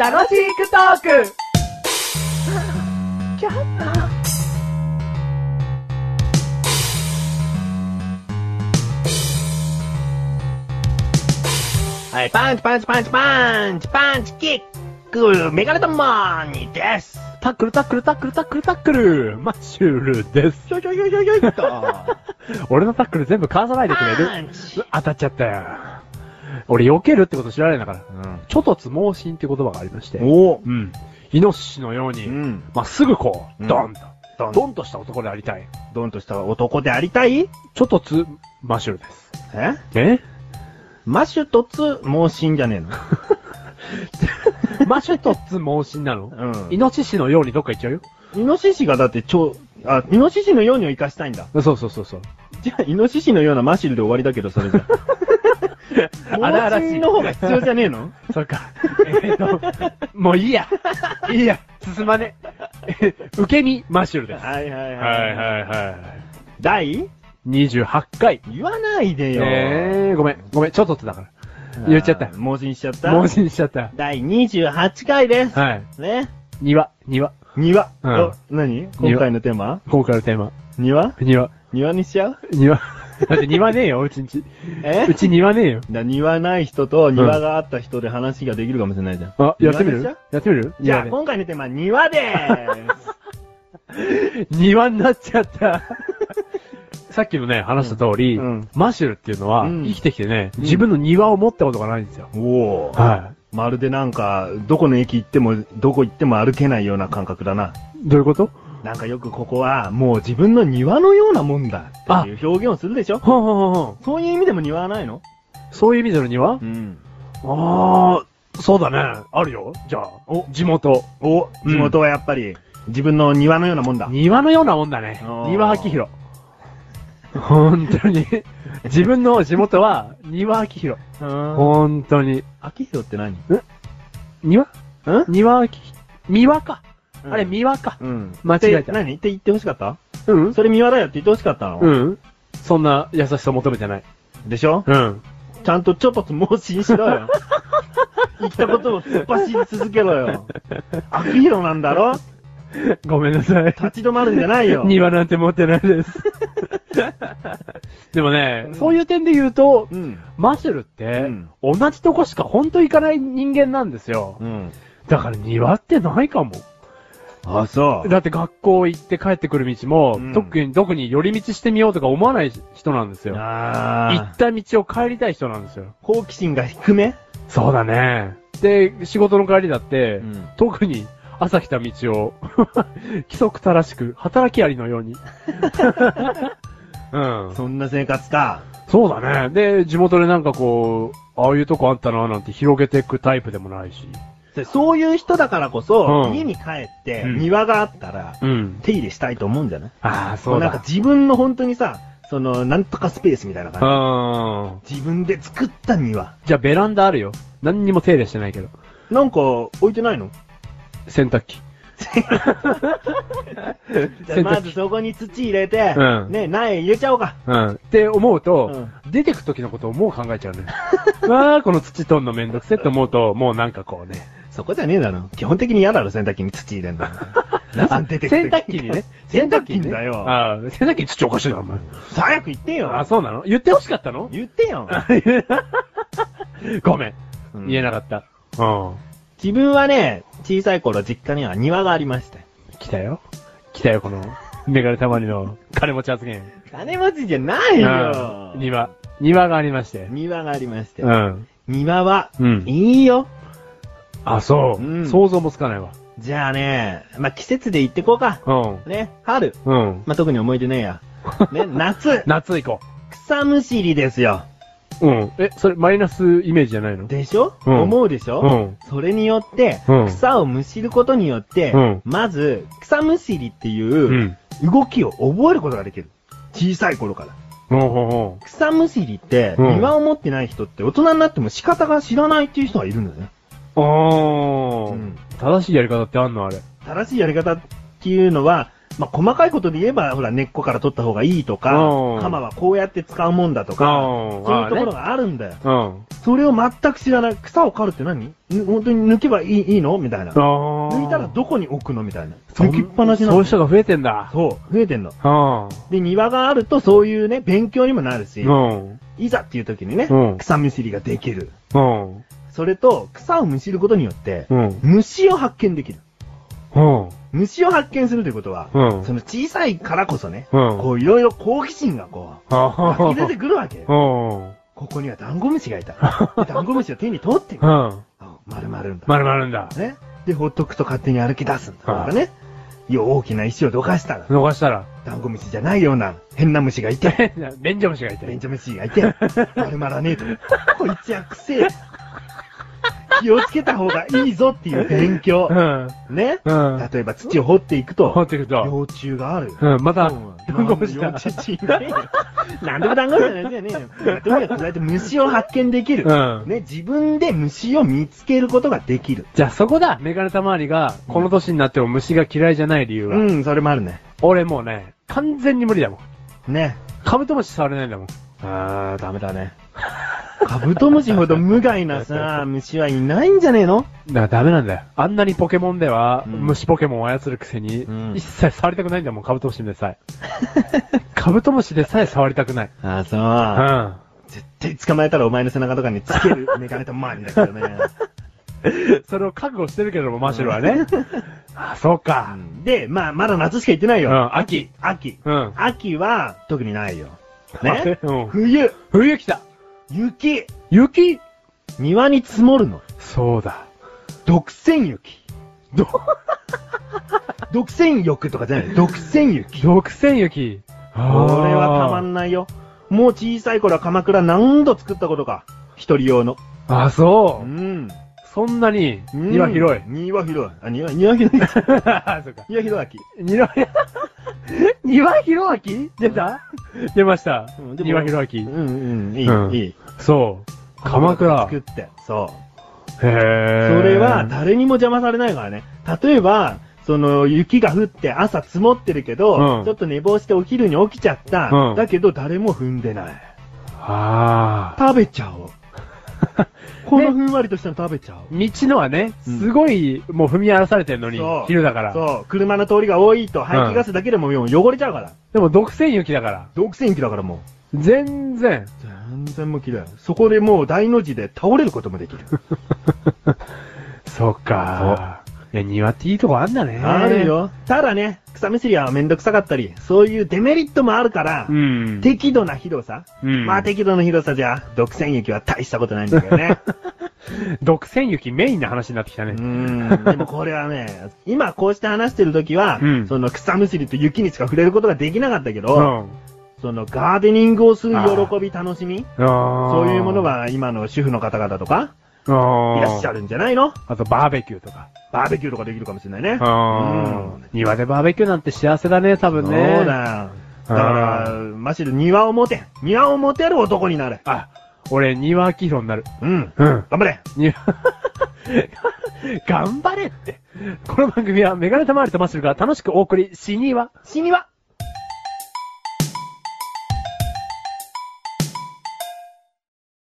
楽しくトークはい、パンチパンチパンチパンチパンチキックメガネタマーニですタックルタックルタックルタックルタックルマッシュルです。ちょちょちょちょちょっと俺のタックル全部かわさないでくれるパンチ当たっちゃったよ。俺避けるってこと知らないんだから。ちょとつ猛進って言葉がありまして。おうん。イノシシのよううに、ん。まっすぐこうう、んドンと、ドン、ドンとした男でありたい。ドンとした男でありたいちょとつ、マッシュルです。ええマッシュとつ、盲信じゃねえのマッシュとつ猛進なのうんイノシシのようにどっか行っちゃうよ。イノシシがだって超、あ、イノシシのようにを生かしたいんだ。そうそうそうそう。じゃあ、イノシシのようなマシルで終わりだけど、それじゃ。荒々しい盲信の方が必要じゃねえのそっか。えっと、もういいや。いいや。進まね。え受け身、マッシュルです。はいはいい。いは第い。28回。言わないでよ。えー、ごめん、ごめん、ちょっとつだから。言っちゃったあー盲信しちゃった。盲信しちゃった。第28回です。はい。ね。庭、庭。庭。うんお何今回のテーマ今回のテーマ。庭庭、庭にしちゃう庭。 だって庭ねえよ、うちんち。えうち庭ねえよ。だ庭ない人と庭があった人で話ができるかもしれないじゃん。あ、やってみる庭でしょやってみるじゃあ、庭今回のテーマ、庭でーす。で庭になっちゃった。 さっきのね、話した通り、うんマッシュルっていうのは、うん生きてきてね、自分の庭を持ったことがないんですよ。 おお、はまるでなんか、どこの駅行っても、どこ行っても歩けないような感覚だな。い。どういうことなんかよくここは、もう自分の庭のようなもんだっていう表現をするでしょほんほんほんほん。そういう意味でも庭はないのそういう意味での庭、うん。ああ、そうだね。あるよ。じゃあ、お、地元。お、うん地元はやっぱり、自分の庭のようなもんだ。庭のようなもんだねあ。ー庭明宏。本 当に。自分の地元は庭明宏。うん。本当に。秋広って何ん庭庭明宏。三輪か。あれ、み、三輪か。うん。間違えでた何って言ってほしかったうんそれ三輪だよって言ってほしかったのうんそんな優しさ求めてない。でしょうん。ちゃんとちょっと盲信しろよ。言ったことを突っ走り続けろよ。秋広なんだろ ごめんなさい。立ち止まるんじゃないよ。庭なんて持ってな いです。でもねう、んそういう点で言うと、うん。マシュルっうてん、同じとこしかほんと行かない人間なんですよ。うん。だから庭ってないかも。あ、そう。だって学校行って帰ってくる道も、うん特に、特に寄り道してみようとか思わない人なんですよ。行あった道を帰りたい人なんですよ。ー好奇心が低めそうだね。で、仕事の帰りだって、ん。特に朝来た道を、 規則正しく、働きありのように。 うん。そんな生活か。そうだね。で、地元でなんかこう、ああいうとこあったななんて広げていくタイプでもないし。でそういう人だからこそ、うん家に帰ってうん庭があったら、うん。手入れしたいと思うんじゃないああ、そうなんだか。自分の本当にさ、その、なんとかスペースみたいな感うん。じ。自分で作った庭。じゃあベランダあるよ。何にも手入れしてないけど。なんか、置いてないの洗濯機。 じゃあま洗濯ず機。そこに土入れて、うんね、苗入れちゃおうか。うん。って思うと、う出てく時のことをもう考 えちゃうね。わあ、この土取んのめんどくせって思うと、もうなんかこうね。そこじゃねえだろ。基本的に嫌だろ、洗濯機に土入れん の。なんで出てく洗る濯機にね。洗濯機ねにだよああ、洗濯機土おかしいな、お前。早く言ってよ。あ、そうなの言ってほしかったの言って よ。ごめん。うん言えなかった。うん。自分はね、小さい頃実家には庭がありましたよ。来たよ。来たよ、この、メガネたまりの金持ち発言。金持ちじゃないようん。庭。庭がありまして。庭がありましてう。ん。庭は、うんいいよ。あ、そうう。ん想像もつかないわ。じゃあね、まあ、季節で行ってこうか。うね、春。ん。うん。まあ、特に思い出ねえや。 ね、夏。夏行こ草むしりですよ。う。うん。え、それマイナスイメージじゃないのでしょ、うん思うでしょ、うんそれによって、うん草をむしることによって、うん。まず、草むしりっていううん動きを覚えることができる。小さい頃から。ほうほうほ草むしりって、うん庭を持ってない人って大人になっても仕方が知らないっていう人がいるんだよね。う。あー。正しいやり方ってあんのあれ。正しいやり方っていうのは、まあ、細かいことで言えば、ほら、根っこから取った方がいいとかうん、鎌はこうやって使うもんだとか、そそういうところがあるんだよ。うん。それを全く知らない。草を刈るって何ぬ本当に抜けばいいいいのみたいな。抜抜いたらどこに置くのみたいな。そん抜きっぱなしなそういの。う人が増えてんだ。そう、増えてんの。うん。で、庭があるとそういうね、勉強にもなるしう、ん。いざっていう時にねうん、草むしりができる。うん。それと、草をむしることによって、うん。虫を発見できる。うん。虫を発見するということは、うんその小さいからこそね、うんこういろいろ好奇心がこう、あ湧き出てくるわけよ。うん。ここにはダンゴムシがいた。でダンゴムシを手に取ってみうる。ん。あ丸々んだ。まるまるんだ。ね。で、ほっとくと勝手に歩き出すんだ。はいからね。いや、大きな石をどかしたら、逃したら、 ダンゴムシじゃないような変な虫がい て、レンジャムシがいて。ベンチャムシがいて、丸まらねえと。こいつはくせえ。気をつけた方がいいぞっていう勉強う。ん。ね。うん。例えば土を掘っていくと掘、っていくと。幼虫がある。うん。まダた、ダンンゴムゴムシシだ。幼だ虫じゃねえよなんでもダンゴムシじゃないですよねえよ。とにかくそうやって虫を発見できる。うん。ね、自分で虫を見つけることができる。じゃあそこだ、メガネたまわりが、この年になっても虫が嫌いじゃない理由は。うん、それもあるね。俺もうね、完全に無理だもん。ね。カブトムシ触れないんだもん。あー、ダメだね。カブトムシほど無害な さ、虫はいないんじゃねえのだからダメなんだよ。あんなにポケモンでは、うん虫ポケモンを操るくせに、うん一切触りたくないんだもん、カブトムシでさえ。 カブトムシでさえ触りたくない。あうー、そう。ん。絶対捕まえたらお前の背中とかにつけるメガネと前にだけどね。それを覚悟してるけれども、マシュルはね。あ、 そうか。で、まあ、まだ夏しか行ってないうよ。ん、秋。秋。うん。秋は特にないよ。ね うん。冬、冬来た。雪、雪庭に積もるの。そうだ。独占 雪。ど、独占欲とかじゃない。独占雪。独占雪。ここれはたまんないよ。もう小さい頃は鎌倉何度作ったことか。一人用の。あ、うそん。う。そんなに、庭広い。庭広い。あ、庭、庭広い。 そうか。庭広明。 庭、庭広明出た出ましたうん。でも庭広う明。んうん、いい、うんいい。そう。鎌倉。作って。そう。そへえ。れは誰にも邪魔されないからね。例えば、その、雪が降って朝積もってるけど、うんちょっと寝坊してお昼に起きちゃった。うんだけど誰も踏んでない。ああ。食べちゃ おう。このふんわりとしたの食べちゃおう。道のはね、うんすごい、もう踏み荒らされてんのにそう、昼だから。そう、車の通りが多いと排気ガスだけでももう汚れちゃうから。でも独占雪だから。独占機だからもう。全然。全然無気だよ。そこでもう大の字で倒れることもで きる。そうか。いや、庭っていいとこあんだね。ある。よ。ただね、草むしりはめんどくさかったり、そういうデメリットもあるからう、ん。適度な広さ。うんまあ適度な広さじゃ、独占域は大したことないんだけ どね。独占雪メインな話になってきたうね。ん。でもこれはね、今こうして話してる時は、うんその草むしりと雪にしか触れることができなかったけど、うん。そのガーデニングをする喜び、楽しみそそういうもの、が今の主婦の方々とか、いいらっしゃる。るんじゃないのあと、バーベキューとか。バーベキューとかできるかもしれないね。うんうん庭でバーベキューなんて幸せだね、多そう分ね。だよ。だから、マシル庭を持て。庭を持てる男になれ。あ、俺、庭キロに なる。うん。うん。頑張れ。に頑張れって。この番組はメガネたまわりとマッシュルが楽しくお送りしには、死には